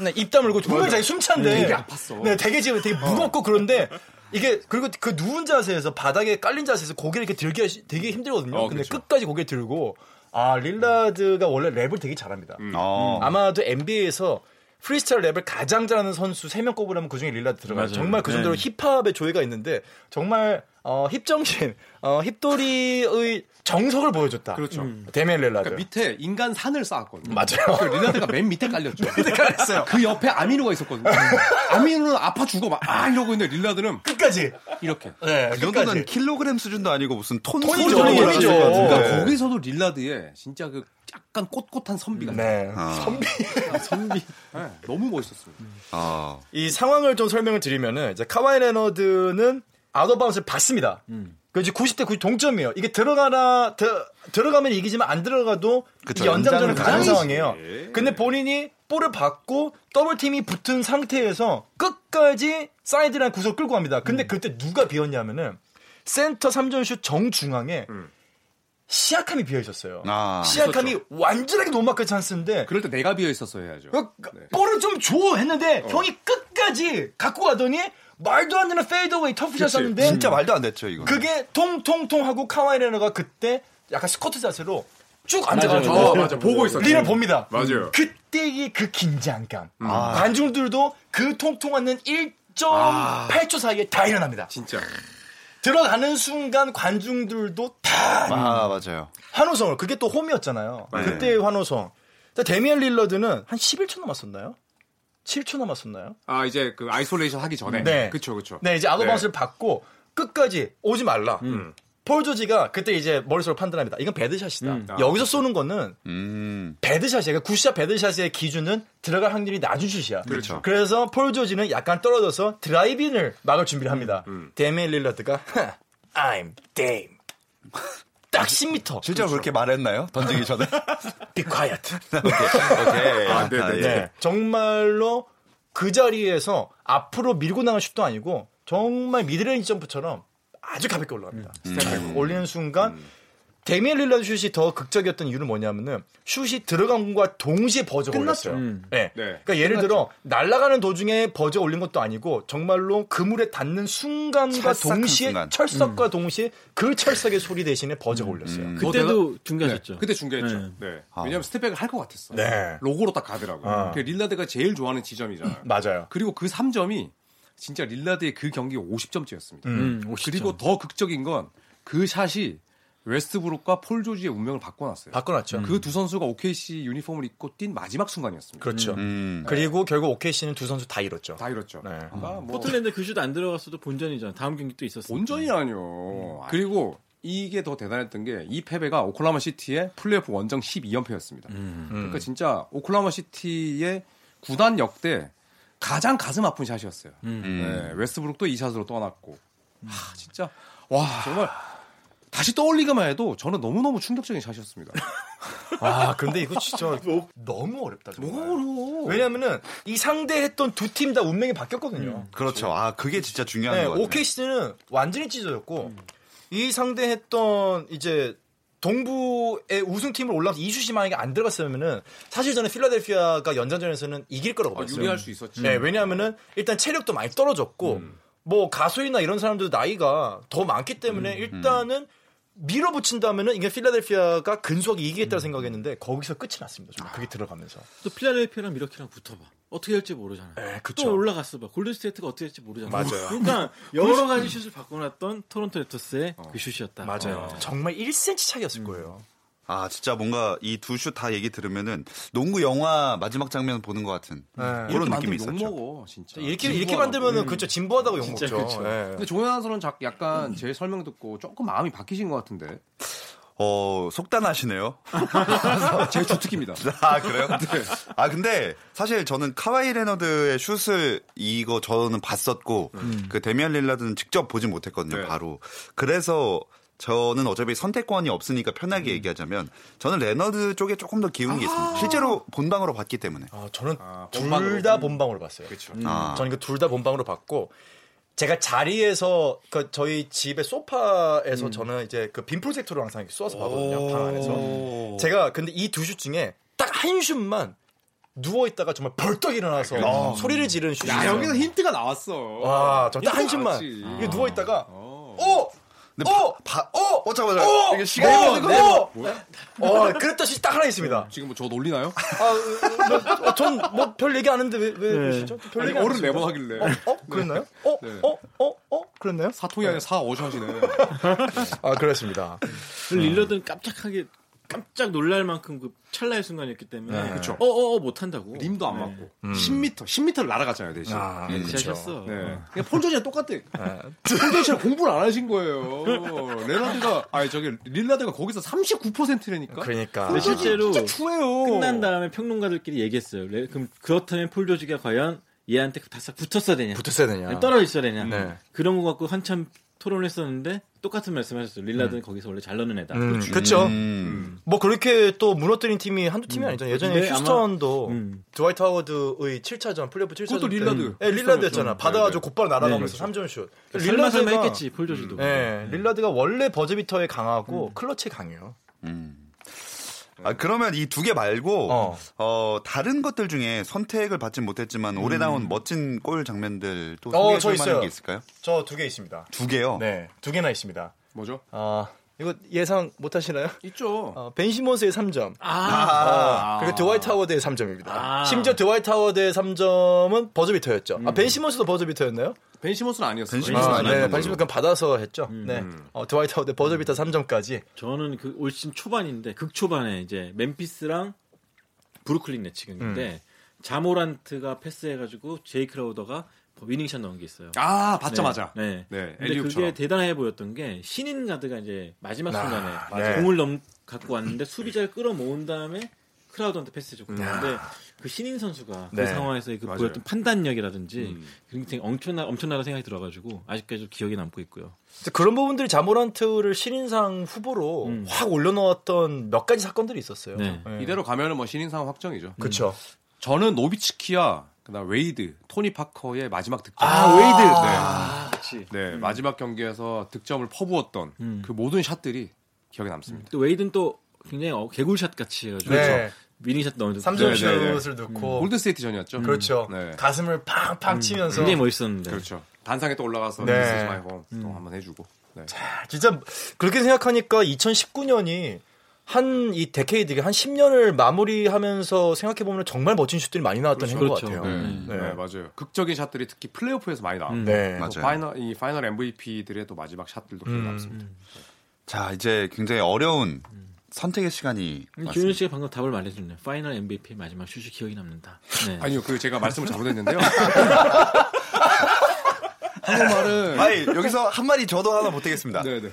[SPEAKER 4] 네, 입 다물고 정말 자기 숨찬데
[SPEAKER 6] 되게 아팠어.
[SPEAKER 4] 네, 되게 지금 되게 무겁고 그런데 이게 그리고 그 누운 자세에서 바닥에 깔린 자세에서 고개를 이렇게 들기 하시- 되게 힘들거든요.
[SPEAKER 6] 어,
[SPEAKER 4] 근데
[SPEAKER 6] 그쵸.
[SPEAKER 4] 끝까지 고개 들고 아 릴라드가 원래 랩을 되게 잘합니다.
[SPEAKER 6] 음.
[SPEAKER 1] 어.
[SPEAKER 4] 아마도 NBA에서 프리스타일 랩을 가장 잘하는 선수 3명 꼽으라면 그중에 릴라드 들어가요.
[SPEAKER 5] 맞아요.
[SPEAKER 4] 정말 그 정도로 힙합의 조예가 있는데 정말 어, 힙정신, 어, 힙돌이의 정석을 보여줬다. 음.
[SPEAKER 6] 그렇죠.
[SPEAKER 4] 데미안 릴라드.
[SPEAKER 6] 그러니까 밑에 인간 산을 쌓았거든요.
[SPEAKER 4] 맞아요.
[SPEAKER 6] 그 릴라드가 맨 밑에 깔렸죠.
[SPEAKER 4] 깔렸어요.
[SPEAKER 6] 그 옆에 아미누가 있었거든요. 아미누는 아파 죽어 막 아 이러고 있는데 릴라드는
[SPEAKER 4] 끝까지.
[SPEAKER 6] 이렇게.
[SPEAKER 4] 네,
[SPEAKER 1] 아, 이 정도는 킬로그램 수준도 아니고 네. 무슨 톤
[SPEAKER 4] 톤이죠,
[SPEAKER 1] 수준으로
[SPEAKER 4] 톤이죠.
[SPEAKER 1] 올라갔을 것 같은데.
[SPEAKER 6] 그러니까 거기서도 릴라드의 진짜 그 약간 꼿꼿한 선비가
[SPEAKER 4] 네.
[SPEAKER 1] 선비.
[SPEAKER 6] 네, 너무 멋있었습니다.
[SPEAKER 1] 어.
[SPEAKER 4] 이 상황을 좀 설명을 드리면은 이제 카와이 레너드는 아웃바운스를 받습니다. 그 이제 90대 90 동점이에요. 이게 들어가나 드- 들어가면 이기지만 안 들어가도
[SPEAKER 1] 그쵸,
[SPEAKER 4] 이 연장전을
[SPEAKER 1] 연장은
[SPEAKER 4] 가는
[SPEAKER 1] 가야지.
[SPEAKER 4] 상황이에요. 근데 본인이 볼을 받고 더블 팀이 붙은 상태에서 끝까지 사이드라인 구석 끌고 갑니다. 근데 그때 누가 비었냐면은 센터 3점슛 정중앙에 시약함이 비어 있었어요.
[SPEAKER 1] 아.
[SPEAKER 4] 시약함이 완전하게 노마크 찬스인데
[SPEAKER 6] 그럴 때 내가 비어 있었어 해야죠.
[SPEAKER 4] 어, 그,
[SPEAKER 6] 네.
[SPEAKER 4] 볼을 좀 줘 했는데
[SPEAKER 6] 어.
[SPEAKER 4] 형이 끝까지 갖고 가더니 말도 안 되는 페이드웨이 터프샷
[SPEAKER 6] 그치.
[SPEAKER 4] 쐈는데 음.
[SPEAKER 1] 진짜 말도 안 됐죠, 이거.
[SPEAKER 4] 그게 통통통 하고 카와이 레너가 그때 약간 스쿼트 자세로 쭉 앉아가지고
[SPEAKER 6] 어, 맞아. 보고 있었죠.
[SPEAKER 4] 리를 봅니다. 음.
[SPEAKER 6] 맞아요. 음.
[SPEAKER 4] 그때의 그 긴장감. 관중들도 그 아. 통통하는 일 0.8초 사이에 다 일어납니다.
[SPEAKER 6] 진짜.
[SPEAKER 4] 들어가는 순간 관중들도 다
[SPEAKER 1] 음.
[SPEAKER 2] 아 맞아요.
[SPEAKER 4] 환호성을 그게 또 홈이었잖아요.
[SPEAKER 6] 네.
[SPEAKER 1] 맞아요.
[SPEAKER 4] 그때의 환호성. 근데 데미안 릴러드는 한 11초 남았었나요? 7초 남았었나요?
[SPEAKER 6] 아 이제 그 아이솔레이션 하기 전에. 그쵸 그쵸.
[SPEAKER 4] 네, 이제 아도바운스를 받고 끝까지 오지 말라.
[SPEAKER 6] 음.
[SPEAKER 4] 폴 조지가 그때 이제 머릿속으로 판단합니다. 이건 배드샷이다.
[SPEAKER 6] 아.
[SPEAKER 4] 여기서 쏘는 거는
[SPEAKER 1] 음.
[SPEAKER 4] 배드샷이야. 그러니까 굿샷 배드샷의 기준은 들어갈 확률이 낮은 슛이야.
[SPEAKER 6] 그렇죠.
[SPEAKER 4] 래서폴 조지는 약간 떨어져서 드라이빙을 막을 준비를
[SPEAKER 6] 음.
[SPEAKER 4] 합니다. 데미안 릴러드가 I'm Dame. *laughs* 딱 10m.
[SPEAKER 2] 실제로
[SPEAKER 1] 그렇죠.
[SPEAKER 2] 그렇게 말했나요? 던지기
[SPEAKER 1] *laughs*
[SPEAKER 2] 전에.
[SPEAKER 4] Be quiet.
[SPEAKER 1] 오케이.
[SPEAKER 6] 아, 네, 네,
[SPEAKER 4] 네. 정말로 그 자리에서 앞으로 밀고 나간 슛도 아니고 정말 미드레인지 점프처럼 아주 가볍게 올라갑니다. 스텝백 올리는 순간 데미안 릴라드 슛이 더 극적이었던 이유는 뭐냐면은 슛이 들어간과 동시에 버저가 올랐어요. 네.
[SPEAKER 6] 네.
[SPEAKER 4] 그러니까 예를 들어 날아가는 도중에 버저 올린 것도 아니고 정말로 그물에 닿는 순간과
[SPEAKER 1] 찰싹한
[SPEAKER 4] 동시에
[SPEAKER 1] 순간.
[SPEAKER 4] 철석과 동시에 그 철석의 소리 대신에 버저가 올렸어요.
[SPEAKER 6] 음.
[SPEAKER 5] 그때도
[SPEAKER 6] 네,
[SPEAKER 5] 중계하셨죠.
[SPEAKER 6] 그때 중계했죠.
[SPEAKER 5] 네.
[SPEAKER 6] 네. 왜냐면 스텝백을 할 것 같았어.
[SPEAKER 4] 네.
[SPEAKER 6] 로고로 딱 가더라고요.
[SPEAKER 4] 아.
[SPEAKER 6] 그 릴라드가 제일 좋아하는 지점이잖아요.
[SPEAKER 4] 맞아요.
[SPEAKER 6] 그리고 그 3점이 진짜 릴라드의 그 경기 50점째였습니다.
[SPEAKER 5] 음, 50점.
[SPEAKER 6] 그리고 더 극적인 건 그 샷이 웨스트브룩과 폴 조지의 운명을 바꿔놨어요.
[SPEAKER 4] 바꿔놨죠.
[SPEAKER 6] 그 두 선수가 OKC 유니폼을 입고 뛴 마지막 순간이었습니다.
[SPEAKER 4] 그렇죠.
[SPEAKER 1] 음.
[SPEAKER 4] 그리고 결국 OKC는 두 선수 다 잃었죠.
[SPEAKER 6] 다 이렇죠.
[SPEAKER 4] 네.
[SPEAKER 6] 아마 뭐
[SPEAKER 5] 음. 포틀랜드 교시도 안 들어갔어도 본전이잖아. 다음 경기 또 있었어.
[SPEAKER 6] 온전이라뇨. 아, 그리고 이게 더 대단했던 게 이 패배가 오클라마 시티의 플레이오프 원정 12연패였습니다. 그러니까 진짜 오클라마 시티의 구단 역대 가장 가슴 아픈 샷이었어요. 네, 웨스브룩도 이 샷으로 떠났고. 하, 진짜 와 정말 다시 떠올리기만 해도 저는 너무너무 충격적인 *laughs* 샷이었습니다.
[SPEAKER 4] 아, 근데 이거 진짜 너무 어렵다. 정말.
[SPEAKER 6] 어려워.
[SPEAKER 4] 왜냐면은 이 상대했던 두 팀 다 운명이 바뀌었거든요.
[SPEAKER 1] 그렇죠. 아, 그게 진짜 중요한
[SPEAKER 4] 네,
[SPEAKER 1] 거 같아요.
[SPEAKER 4] OKC는 완전히 찢어졌고 이 상대했던 이제 동부의 우승팀을 올라서 이슈시마에게 안 들어갔으면은 사실 저는 필라델피아가 연장전에서는 이길 거라고 봤어요.
[SPEAKER 6] 아, 유리할 수 있었지.
[SPEAKER 4] 네, 왜냐하면은 일단 체력도 많이 떨어졌고 뭐 가수이나 이런 사람들 나이가 더 많기 때문에 일단은 밀어붙인다면은 이게 필라델피아가 근소하게 이기겠다 고 생각했는데 거기서 끝이 났습니다. 정말 그게 들어가면서
[SPEAKER 5] 또 필라델피아랑 미러키랑 붙어봐. 어떻게 될지 모르잖아.
[SPEAKER 4] 에, 네, 그쵸.
[SPEAKER 5] 또 올라갔어 봐. 골든스테이트가 어떻게 될지 모르잖아.
[SPEAKER 4] 맞아요. *laughs*
[SPEAKER 5] 그러니까 여러 가지 슛을 바꿔놨던 토론토 레터스의 그 슛이었다.
[SPEAKER 4] 어. 맞아요. 어, 정말 1cm 차이였을 거예요.
[SPEAKER 1] 아, 진짜 뭔가 이 두 슛 다 얘기 들으면은 농구 영화 마지막 장면 보는 것 같은 그런 느낌이 있었죠.
[SPEAKER 6] 욕먹어 진짜.
[SPEAKER 4] 이렇게 이렇게
[SPEAKER 6] 진부하다고. 네.
[SPEAKER 4] 만들면은 그쵸 진부하다고 욕
[SPEAKER 5] 진짜
[SPEAKER 4] 먹죠.
[SPEAKER 5] 그쵸.
[SPEAKER 4] 예.
[SPEAKER 6] 근데 조현아 선수는 작- 약간 제 설명 듣고 조금 마음이 바뀌신 것 같은데.
[SPEAKER 1] 어, 속단하시네요.
[SPEAKER 6] *laughs* 제 *laughs* 주특기입니다.
[SPEAKER 1] 아,
[SPEAKER 4] *laughs*
[SPEAKER 1] 그래요?
[SPEAKER 4] 네.
[SPEAKER 1] 아, 근데 사실 저는 카와이 레너드의 슛을 이거 저는 봤었고,
[SPEAKER 4] 음.
[SPEAKER 1] 그 데미안 릴라드는 직접 보진 못했거든요,
[SPEAKER 6] 네.
[SPEAKER 1] 바로. 그래서 저는 어차피 선택권이 없으니까 편하게
[SPEAKER 4] 음.
[SPEAKER 1] 얘기하자면, 저는 레너드 쪽에 조금 더 기운 게 있습니다. 실제로 본방으로 봤기 때문에.
[SPEAKER 4] 아, 저는
[SPEAKER 6] 아,
[SPEAKER 4] 둘
[SPEAKER 6] 본방으로.
[SPEAKER 4] 다 본방으로 봤어요.
[SPEAKER 1] 아.
[SPEAKER 4] 저는 그 둘 다 본방으로 봤고 제가 자리에서 그 저희 집의 소파에서 저는 이제 그 빔 프로젝터로 항상 쏘아서 봤거든요 방 안에서 제가 근데 이 두 슛 중에 딱 한 슛만 누워 있다가 정말 벌떡 일어나서 소리를 지르는 슛이
[SPEAKER 6] 야
[SPEAKER 4] 있어요.
[SPEAKER 6] 여기서 힌트가 나왔어.
[SPEAKER 4] 와, 저 딱 한
[SPEAKER 6] 힌트가
[SPEAKER 4] 슛만
[SPEAKER 6] 나왔지.
[SPEAKER 4] 이게 누워 있다가 어,
[SPEAKER 1] 근데
[SPEAKER 4] 어,
[SPEAKER 1] 바, 어! 어, 잠깐만, 잠깐만.
[SPEAKER 4] 어,
[SPEAKER 1] 이게 시간이
[SPEAKER 4] 어,
[SPEAKER 1] 걸리고.
[SPEAKER 4] 네, 어, 어, 그랬던 슛이 딱 하나 있습니다.
[SPEAKER 6] 지금 뭐 저 놀리나요?
[SPEAKER 4] 아, 전 뭐 별 얘기 안 했는데 왜, 왜 그러시죠? 별
[SPEAKER 6] 아니,
[SPEAKER 4] 얘기 안
[SPEAKER 6] 어른
[SPEAKER 4] 했습니다.
[SPEAKER 6] 네번 하길래.
[SPEAKER 4] 어, 어? 그랬나요? 어,
[SPEAKER 6] 네.
[SPEAKER 4] 어, 어, 어, 그랬나요?
[SPEAKER 6] 사통이 아니라 사어샷이네.
[SPEAKER 4] 아, 그랬습니다.
[SPEAKER 5] 그
[SPEAKER 4] 네.
[SPEAKER 5] 릴러드는 깜짝하게 깜짝 놀랄 만큼 그 찰나의 순간이었기 때문에
[SPEAKER 4] 네,
[SPEAKER 6] 그쵸.
[SPEAKER 5] 어어어 못한다고.
[SPEAKER 6] 림도 안 맞고. 10m, 10m를 날아갔잖아요 대신.
[SPEAKER 4] 예.
[SPEAKER 5] 네. 시작했어.
[SPEAKER 6] 네. 그러니까 폴조지랑 똑같아. 폴조지랑 공부를 안 하신 거예요. 레나드가 아니 저기 릴라드가 거기서 39%라니까.
[SPEAKER 4] 그러니까.
[SPEAKER 5] 근데 실제로
[SPEAKER 6] 진짜 추해요.
[SPEAKER 5] 끝난 다음에 평론가들끼리 얘기했어요. 레- 그럼 그렇다면 폴 조지가 과연 얘한테 그 다싹 붙었어야 되냐?
[SPEAKER 4] 붙었어야 되냐.
[SPEAKER 5] 아니, 떨어져 있어야 되냐?
[SPEAKER 4] 네.
[SPEAKER 5] 그런 거 갖고 한참 토론했었는데 똑같은 말씀하셨어요. 릴라드는 거기서 원래 잘 넣는 애다.
[SPEAKER 4] 음, 그렇죠. 뭐 그렇게 또 무너뜨린 팀이 한두
[SPEAKER 6] 음.
[SPEAKER 4] 팀이 아니잖아요. 예전에
[SPEAKER 5] 근데
[SPEAKER 4] 휴스턴도
[SPEAKER 5] 아마- 음.
[SPEAKER 4] 드와이트 하워드의 7차전 플레이오프 7차전
[SPEAKER 6] 그것도
[SPEAKER 4] 때-
[SPEAKER 6] 릴라드.
[SPEAKER 4] 예, 릴라드였잖아.
[SPEAKER 6] 네,
[SPEAKER 4] 받아가지고
[SPEAKER 6] 네. 그러니까
[SPEAKER 4] 곧바로 날아가면서 3점 슛.
[SPEAKER 5] 설마 설마 했겠지 폴
[SPEAKER 6] 음.
[SPEAKER 5] 조지도.
[SPEAKER 4] 예, 릴라드가 원래 버즈비터에 강하고 클러치에 강해요.
[SPEAKER 1] 아, 그러면 이 두 개 말고, 어.
[SPEAKER 4] 어.
[SPEAKER 1] 다른 것들 중에 선택을 받진 못했지만, 올해 나온 멋진 골 장면들 또
[SPEAKER 4] 음. 어,
[SPEAKER 1] 소개해
[SPEAKER 4] 저
[SPEAKER 1] 줄 만한
[SPEAKER 4] 있어요.
[SPEAKER 1] 게 있을까요?
[SPEAKER 4] 저 두 개 있습니다.
[SPEAKER 1] 두 개요?
[SPEAKER 4] 네, 두 개나 있습니다.
[SPEAKER 6] 뭐죠?
[SPEAKER 4] 아, 이거 예상 못 하시나요?
[SPEAKER 6] 있죠.
[SPEAKER 4] 어, 벤 시몬스의 3점.
[SPEAKER 1] 아.
[SPEAKER 4] 그리고 드와이트 하워드의 3점입니다.
[SPEAKER 5] 아.
[SPEAKER 4] 심지어 드와이트 하워드의 3점은 버저비터였죠.
[SPEAKER 6] 음.
[SPEAKER 4] 아, 벤 시몬스도 버저비터였나요?
[SPEAKER 6] 벤 시몬스는 아니었어요.
[SPEAKER 1] 벤 시몬스.
[SPEAKER 4] 아,
[SPEAKER 1] 시몬스는
[SPEAKER 4] 네.
[SPEAKER 1] 아니었던
[SPEAKER 4] 벤 시몬스 그냥 받아서 했죠.
[SPEAKER 5] 음.
[SPEAKER 4] 네. 어, 드와이트 하워드 버저비터 3점까지.
[SPEAKER 5] 저는 그 올 시즌 초반인데 극초반에 이제 멤피스랑 브루클린
[SPEAKER 6] 음.
[SPEAKER 5] 네츠인데 자모란트가 패스해가지고 제이 크라우더가 위닝샷 넣은 게 있어요.
[SPEAKER 6] 아, 받자마자.
[SPEAKER 5] 네.
[SPEAKER 6] 네,
[SPEAKER 5] 근데
[SPEAKER 6] 엘리웁처럼.
[SPEAKER 5] 그게 대단해 보였던 게 신인 가드가 이제 마지막 순간에
[SPEAKER 4] 맞아요.
[SPEAKER 5] 공을 넘 갖고 왔는데 수비자를 끌어모은 다음에 크라우드한테 패스해줬고 근데 그 신인 선수가 그
[SPEAKER 4] 네.
[SPEAKER 5] 상황에서 그
[SPEAKER 6] 맞아요. 음.
[SPEAKER 5] 보였던 판단력이라든지 굉장히 엄청나 엄청나다 생각이 들어가지고 아직까지 기억에 남고 있고요.
[SPEAKER 4] 그래서 그런 부분들이 자모란트를 신인상 후보로
[SPEAKER 5] 음.
[SPEAKER 4] 확 올려놓았던 몇 가지 사건들이 있었어요.
[SPEAKER 5] 네. 음.
[SPEAKER 6] 이대로 가면은 뭐 신인상 확정이죠.
[SPEAKER 4] 그렇죠.
[SPEAKER 6] 저는 노비츠키와 그다음 웨이드, 토니 파커의 마지막 득점.
[SPEAKER 4] 아,
[SPEAKER 6] 웨이드.
[SPEAKER 5] 그렇지.
[SPEAKER 6] 네. 네, 마지막 경기에서 득점을 퍼부었던
[SPEAKER 5] 음.
[SPEAKER 6] 그 모든 샷들이 기억에 남습니다.
[SPEAKER 5] 또 웨이든 또 굉장히 어, 개굴샷 같이 해가지고
[SPEAKER 4] 네.
[SPEAKER 5] 위닝샷 넣은 적.
[SPEAKER 4] 3점
[SPEAKER 6] 네, 네, 네.
[SPEAKER 4] 슛을 넣고
[SPEAKER 6] 골드스테이트 전이었죠.
[SPEAKER 4] 어. 그렇죠.
[SPEAKER 6] 네.
[SPEAKER 4] 가슴을
[SPEAKER 5] 음.
[SPEAKER 4] 팡팡 치면서
[SPEAKER 5] 굉장히 멋있었는데. 뭐
[SPEAKER 6] 그렇죠. 단상에 또 올라가서
[SPEAKER 4] 네.
[SPEAKER 6] 네. This is my home 또 한번 해주고. 네.
[SPEAKER 4] 아, 진짜 그렇게 생각하니까 2019년이 한 이 데케이드가 한 10년을 마무리하면서 생각해 보면 정말 멋진 슛들이 많이 나왔던 해인 것
[SPEAKER 5] 그렇죠.
[SPEAKER 4] 같아요.
[SPEAKER 1] 음.
[SPEAKER 5] 네.
[SPEAKER 6] 네, 맞아요. 극적인 샷들이 특히 플레이오프에서 많이 나왔고
[SPEAKER 5] 음.
[SPEAKER 4] 네.
[SPEAKER 1] 맞아요.
[SPEAKER 6] 또 파이널 이 파이널 MVP들의 또 마지막 샷들도 기억에 남습니다.
[SPEAKER 1] 자, 이제 굉장히 어려운 선택의 시간이
[SPEAKER 5] 조윤
[SPEAKER 1] 왔습니다.
[SPEAKER 5] 씨가 방금 답을 말해줬네요. 파이널 MVP 마지막 슛이 기억이 남는다. 네.
[SPEAKER 6] 아니요, 그 제가 말씀을 잘못했는데요. 한국말은
[SPEAKER 1] 아니, 여기서 한 마디 저도 하나 보태겠습니다.
[SPEAKER 6] 네네.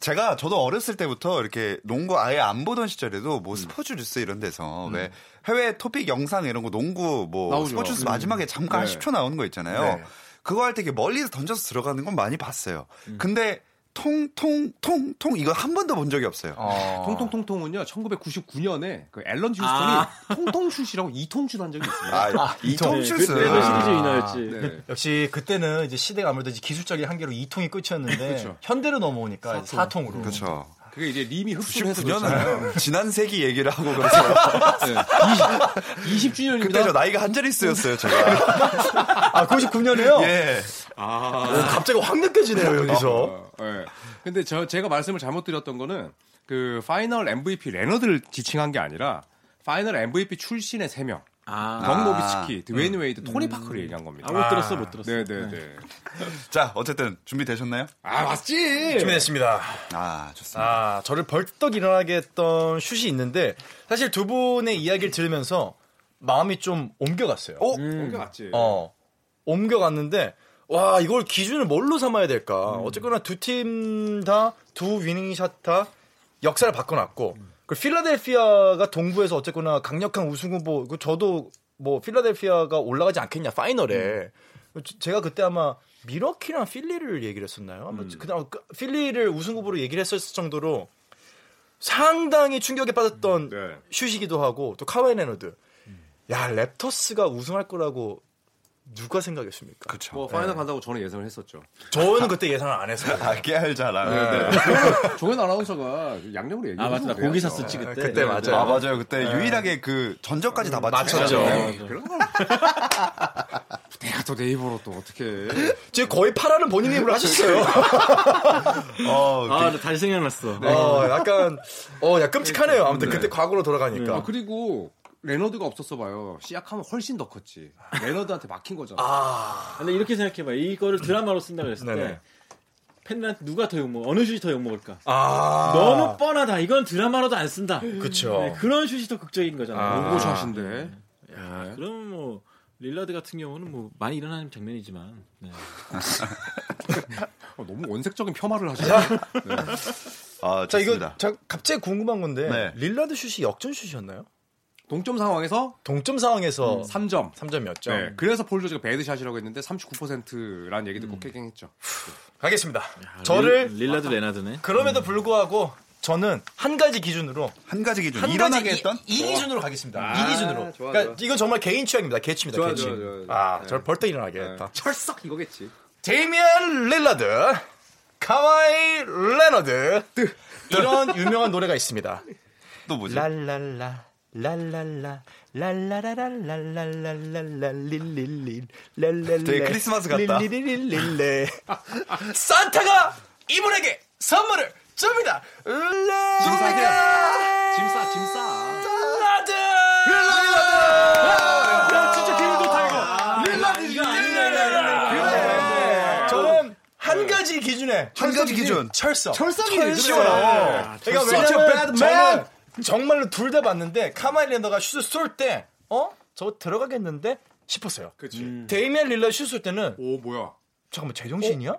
[SPEAKER 1] 제가 저도 어렸을 때부터 이렇게 농구 아예 안 보던 시절에도 뭐 스포츠 뉴스 이런 데서 왜 해외 토픽 영상 이런 거 농구 뭐
[SPEAKER 6] 나오죠.
[SPEAKER 1] 스포츠 뉴스 마지막에 잠깐
[SPEAKER 6] 네.
[SPEAKER 1] 10초 나오는 거 있잖아요.
[SPEAKER 4] 네.
[SPEAKER 1] 그거 할 때 이렇게 멀리서 던져서 들어가는 건 많이 봤어요. 근데 통통통통 이거 한 번도 본 적이 없어요.
[SPEAKER 6] 통통통통은요 1999년에 그 앨런 휴스턴이 통통슛이라고 이통슛한 적이 있습니다.
[SPEAKER 1] 아, 이통
[SPEAKER 5] 네,
[SPEAKER 1] 실스
[SPEAKER 5] 그 레드 시리즈
[SPEAKER 1] 아.
[SPEAKER 5] 위너였지.
[SPEAKER 6] 네.
[SPEAKER 4] 역시 그때는 이제 시대가 아무래도 이제 기술적인 한계로 2통이 끝이었는데
[SPEAKER 6] 그렇죠.
[SPEAKER 4] 현대로 넘어오니까 4통. 으로
[SPEAKER 1] 그렇죠.
[SPEAKER 6] 그게 이제 림이 흡수해서
[SPEAKER 1] 99년은 지난 세기 얘기를 하고 그래서
[SPEAKER 6] 20주년입니다.
[SPEAKER 1] 그때 저 나이가 한 자릿수였어요, 제가.
[SPEAKER 4] 아, 99년에요?
[SPEAKER 1] 예.
[SPEAKER 4] 갑자기 확 느껴지네요, 여기서.
[SPEAKER 6] 어, 예. 근데 저 제가 말씀을 잘못 드렸던 거는 그 파이널 MVP 레너드를 지칭한 게 아니라 파이널 MVP 출신의 세 명.
[SPEAKER 5] 아, 음.
[SPEAKER 6] 덩 노비츠키, 드웨인 웨이드, 토니 파커를 얘기한 겁니다.
[SPEAKER 5] 아, 못 들었어, 못 들었어.
[SPEAKER 6] 네, 네, 네.
[SPEAKER 1] 자, 어쨌든 준비되셨나요?
[SPEAKER 6] 아, 맞지.
[SPEAKER 4] 준비됐습니다.
[SPEAKER 1] 아, 좋습니다.
[SPEAKER 4] 아, 저를 벌떡 일어나게 했던 슛이 있는데 사실 두 분의 이야기를 들으면서 마음이 좀 옮겨갔어요. 음.
[SPEAKER 1] 어?
[SPEAKER 6] 그게 맞지.
[SPEAKER 4] 어, 옮겨갔는데 와 이걸 기준을 뭘로 삼아야 될까? 어쨌거나 두 팀 다 두 위닝샷 다 역사를 바꿔놨고 그 필라델피아가 동부에서 어쨌거나 강력한 우승 후보 그 저도 뭐 필라델피아가 올라가지 않겠냐 파이널에 저- 제가 그때 아마 미러키랑 필리를 얘기를 했었나요? 아마 그다음 그- 필리를 우승 후보로 얘기를 했었을 정도로 상당히 충격에 빠졌던
[SPEAKER 6] 네.
[SPEAKER 4] 슛이기도 하고 또 카와이 레너드 야 랩터스가 우승할 거라고 누가 생각했습니까?
[SPEAKER 5] 아,
[SPEAKER 1] 그렇죠.
[SPEAKER 5] 네.
[SPEAKER 6] 뭐 파이널 간다고 저는 예상을 했었죠.
[SPEAKER 4] 저는 그때 예상을 안 했어요.
[SPEAKER 1] 아, 깨알 자랑.
[SPEAKER 4] 네,
[SPEAKER 6] 조현 아나운서가 양념으로 얘기해.
[SPEAKER 5] 아, 맞다. 나 고기 샀었지,
[SPEAKER 6] 네.
[SPEAKER 5] 그때.
[SPEAKER 4] 그때 네. 맞아요. 네.
[SPEAKER 1] 아, 맞아요. 그때 유일하게 그 전적까지 다 맞췄죠.
[SPEAKER 4] 맞췄죠.
[SPEAKER 5] 네, 맞아.
[SPEAKER 6] *laughs* 내가 또 네이버로 또 어떻게?
[SPEAKER 4] *laughs* 지금 거의 파라는 본인 입으로 *laughs* 하셨어요.
[SPEAKER 1] 어,
[SPEAKER 5] 아, 나 다시 생각났어.
[SPEAKER 4] 어, 약간 어, 야 끔찍하네요. 아무튼 그때 과거로
[SPEAKER 6] 아
[SPEAKER 4] 돌아가니까.
[SPEAKER 6] 그리고 레너드가 없었어 봐요. 시약하면 훨씬 더 컸지. 레너드한테 막힌 거잖아.
[SPEAKER 4] 아,
[SPEAKER 5] 근데 이렇게 생각해봐. 이거를 드라마로 쓴다고 했을
[SPEAKER 4] 네네.
[SPEAKER 5] 때 팬들한테 누가 더 욕먹어? 어느 슛이 더 욕먹을까?
[SPEAKER 4] 아,
[SPEAKER 5] 너무 뻔하다. 이건 드라마로도 안 쓴다.
[SPEAKER 4] 그쵸.
[SPEAKER 5] 네, 그런 슛이 더 극적인 거잖아.
[SPEAKER 4] 아.
[SPEAKER 5] 요
[SPEAKER 6] 오고샷인데.
[SPEAKER 5] 그럼 뭐 릴라드 같은 경우는 뭐 많이 일어나는 장면이지만 네.
[SPEAKER 6] 어, 너무 원색적인 폄하를 *laughs* 하시네.
[SPEAKER 1] 아,
[SPEAKER 4] 자 이거
[SPEAKER 1] 좋습니다.
[SPEAKER 4] 자, 갑자기 궁금한 건데
[SPEAKER 1] 네.
[SPEAKER 4] 릴라드 슛이 역전 슛이었나요?
[SPEAKER 6] 동점 상황에서
[SPEAKER 4] 동점 상황에서
[SPEAKER 6] 3점.
[SPEAKER 4] 3점이었죠.
[SPEAKER 6] 네. 그래서 폴 조지가 배드샷이라고 했는데 39%라는 얘기도 꼭 해경했죠.
[SPEAKER 4] 가겠습니다.
[SPEAKER 5] 아,
[SPEAKER 4] 저를
[SPEAKER 5] 릴, 라드 레나드네.
[SPEAKER 4] 그럼에도 불구하고 저는 한 가지 기준으로
[SPEAKER 1] 한 가지 기준.
[SPEAKER 4] 한
[SPEAKER 1] 일어나게
[SPEAKER 4] 가지
[SPEAKER 1] 했던?
[SPEAKER 4] 이, 이 기준으로 가겠습니다.
[SPEAKER 6] 아,
[SPEAKER 4] 이 기준으로.
[SPEAKER 6] 좋아,
[SPEAKER 4] 그러니까
[SPEAKER 6] 좋아.
[SPEAKER 4] 이건 정말 개인 취향입니다. 개취입니다.
[SPEAKER 6] 좋아,
[SPEAKER 4] 개취.
[SPEAKER 6] 좋아, 좋아, 좋아.
[SPEAKER 4] 아,
[SPEAKER 6] 네.
[SPEAKER 4] 저를 벌떡 일어나게 했다.
[SPEAKER 6] 철썩 아, 이거겠지.
[SPEAKER 4] 제이미안 릴라드, 카와이 레너드 이런 유명한 노래가 있습니다.
[SPEAKER 1] 또 뭐지?
[SPEAKER 2] 랄랄라 랄랄라 랄라라랄랄랄랄랄라 릴릴릴 랄랄라
[SPEAKER 1] 되게 크리스마스 같다.
[SPEAKER 2] 릴릴릴릴레
[SPEAKER 4] 산타가 이분에게 선물을 줍니다.
[SPEAKER 6] 짐
[SPEAKER 4] 레
[SPEAKER 6] 싸. 짐 싸. 짐 싸.
[SPEAKER 4] 릴라드. 야 아, 진짜 기분 좋다 이거. 릴라드. 이거
[SPEAKER 1] 예.
[SPEAKER 4] 아니냐. 그래. 저는 한 가지 기준에
[SPEAKER 1] 한 가지 기준.
[SPEAKER 4] 철석.
[SPEAKER 2] 철석이
[SPEAKER 4] 철시원하고. 그러니까
[SPEAKER 6] Such a bad
[SPEAKER 4] 왜냐면 저는 정말로 둘 다 봤는데 카마이 랜더가 슛을 쏠 때, 어? 저거 들어가겠는데? 싶었어요. 음.
[SPEAKER 6] 그렇지.
[SPEAKER 4] 데이미안 릴라 슛 쏠 때는
[SPEAKER 6] 오 뭐야?
[SPEAKER 4] 잠깐만 제정신이야? 어?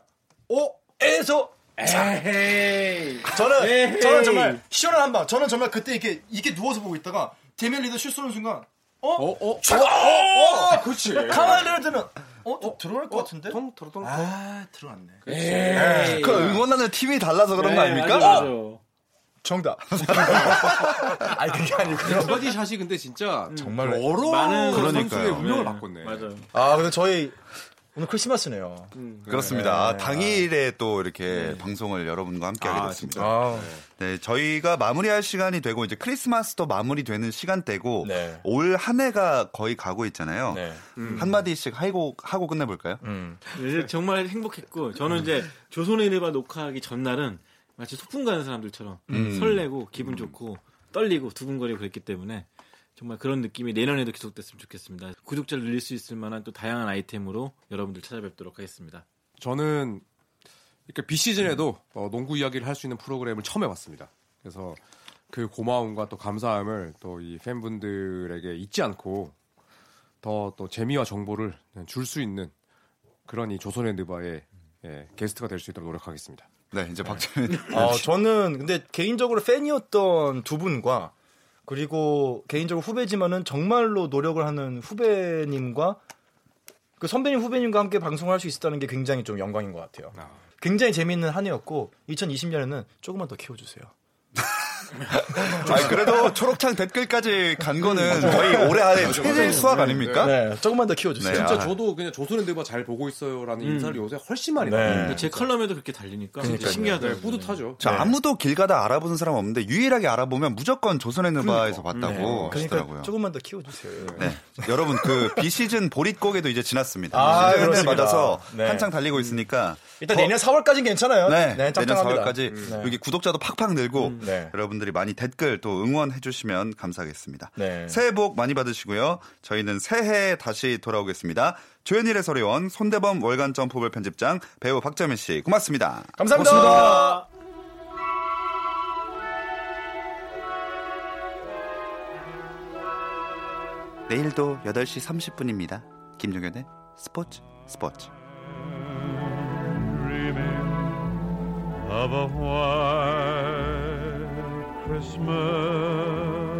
[SPEAKER 6] 오.
[SPEAKER 4] 에서
[SPEAKER 5] 에헤이.
[SPEAKER 4] 저는
[SPEAKER 5] 에헤이.
[SPEAKER 4] 저는 정말 시원한 한 방. 저는 정말 그때 이렇게 이렇게 누워서 보고 있다가 데미안 릴라 슛 쏘는 순간, 어?
[SPEAKER 6] 어 어.
[SPEAKER 4] 촤- 어? 어?
[SPEAKER 6] 그렇지.
[SPEAKER 4] 가만히 내려두면 어? 좀 들어올 것 같은데?
[SPEAKER 6] 통 들어통.
[SPEAKER 4] 아 들어왔네 네,
[SPEAKER 5] 에이.
[SPEAKER 1] 그 응원하는 팀이 달라서 그런 거
[SPEAKER 5] 에이,
[SPEAKER 1] 아닙니까?
[SPEAKER 5] 맞아, 맞아.
[SPEAKER 4] 어? 정답 아니 그게
[SPEAKER 6] 두
[SPEAKER 4] 아니고요
[SPEAKER 6] 가지 샷이 근데 진짜 정말
[SPEAKER 4] 정말로.
[SPEAKER 6] 여러
[SPEAKER 5] 많은
[SPEAKER 6] 선수의
[SPEAKER 1] 그러니까요.
[SPEAKER 5] 네,
[SPEAKER 6] 운명을 바꿨네.
[SPEAKER 5] 맞아요.
[SPEAKER 4] 아 근데 저희 오늘 크리스마스네요
[SPEAKER 1] 그렇습니다. 당일에 또 이렇게 방송을 여러분과 함께 하게
[SPEAKER 6] 아,
[SPEAKER 1] 됐습니다.
[SPEAKER 4] 네. 아
[SPEAKER 1] 네, 저희가 마무리할 시간이 되고 이제 크리스마스도 마무리되는 시간대고
[SPEAKER 4] 네.
[SPEAKER 1] 올 한 해가 거의 가고 있잖아요.
[SPEAKER 4] 네. 음.
[SPEAKER 1] 한 마디씩 하고 하고 끝내볼까요?
[SPEAKER 5] 네, 정말 행복했고 저는 이제 조선의 일바 녹화하기 전날은 마치 소풍 가는 사람들처럼
[SPEAKER 4] 음.
[SPEAKER 5] 설레고 기분 좋고 떨리고 두근거리고 그랬기 때문에 정말 그런 느낌이 내년에도 계속됐으면 좋겠습니다. 구독자를 늘릴 수 있을 만한 또 다양한 아이템으로 여러분들 찾아뵙도록 하겠습니다.
[SPEAKER 6] 저는 그러니까 비 시즌에도 어, 농구 이야기를 할 수 있는 프로그램을 처음 해봤습니다. 그래서 그 고마움과 또 감사함을 또 이 팬분들에게 잊지 않고 더 또 재미와 정보를 줄 수 있는 그런 이 조선의 느바의 예, 게스트가 될 수 있도록 노력하겠습니다.
[SPEAKER 1] 네, 이제 박재민.
[SPEAKER 4] 어, 저는 근데 개인적으로 팬이었던 두 분과 그리고 개인적으로 후배지만은 정말로 노력을 하는 후배님과 그 선배님 후배님과 함께 방송을 할 수 있었다는 게 굉장히 좀 영광인 것 같아요. 굉장히 재미있는 한 해였고 2020년에는 조금만 더 키워주세요. 그렇죠.
[SPEAKER 1] 아, 그래도 초록창 댓글까지 간
[SPEAKER 4] 음,
[SPEAKER 1] 거는 거의 올해 안에 최대 수학 아닙니까?
[SPEAKER 4] 네, 조금만 더 키워주세요.
[SPEAKER 1] 네,
[SPEAKER 6] 진짜
[SPEAKER 1] 아.
[SPEAKER 6] 저도 그냥 조선의 느바 잘 보고 있어요라는 인사를 요새 훨씬 많이
[SPEAKER 4] 네.
[SPEAKER 6] 받는데
[SPEAKER 5] 근데 제 컬럼에도 그렇게 달리니까 진짜 신기하더라고요.
[SPEAKER 6] 네, 뿌듯하죠.
[SPEAKER 4] 네.
[SPEAKER 1] 자, 아무도 길 가다 알아보는 사람 없는데 유일하게 알아보면 무조건 조선의 누바에서 봤다고
[SPEAKER 4] 그러니까
[SPEAKER 1] 하시더라고요.
[SPEAKER 4] 조금만 더 키워주세요.
[SPEAKER 1] 네. 여러분 그 비시즌 보릿고개도 이제 지났습니다.
[SPEAKER 4] 아,
[SPEAKER 1] 시즌을
[SPEAKER 4] 그렇습니다.
[SPEAKER 1] 맞아서
[SPEAKER 4] 네.
[SPEAKER 1] 한창 달리고 있으니까
[SPEAKER 4] 일단
[SPEAKER 1] 더-
[SPEAKER 4] 내년 4월까지는 괜찮아요. *laughs*
[SPEAKER 1] 네, 내년
[SPEAKER 4] 짭짤합니다.
[SPEAKER 1] 4월까지
[SPEAKER 4] 네.
[SPEAKER 1] 여기 구독자도 팍팍 늘고
[SPEAKER 4] 네.
[SPEAKER 1] 여러분들이 많이 댓글 또 응원해 주시면 감사하겠습니다.
[SPEAKER 4] 네.
[SPEAKER 1] 새해 복 많이 받으시고요. 저희는 새해에 다시 돌아오겠습니다. 조현일의 서리원 손대범 월간 점프볼 편집장 배우 박재민 씨 고맙습니다.
[SPEAKER 4] 감사합니다.
[SPEAKER 1] 내일도 8시 30분입니다. 김종현의 스포츠 스포츠.
[SPEAKER 7] of a white Christmas.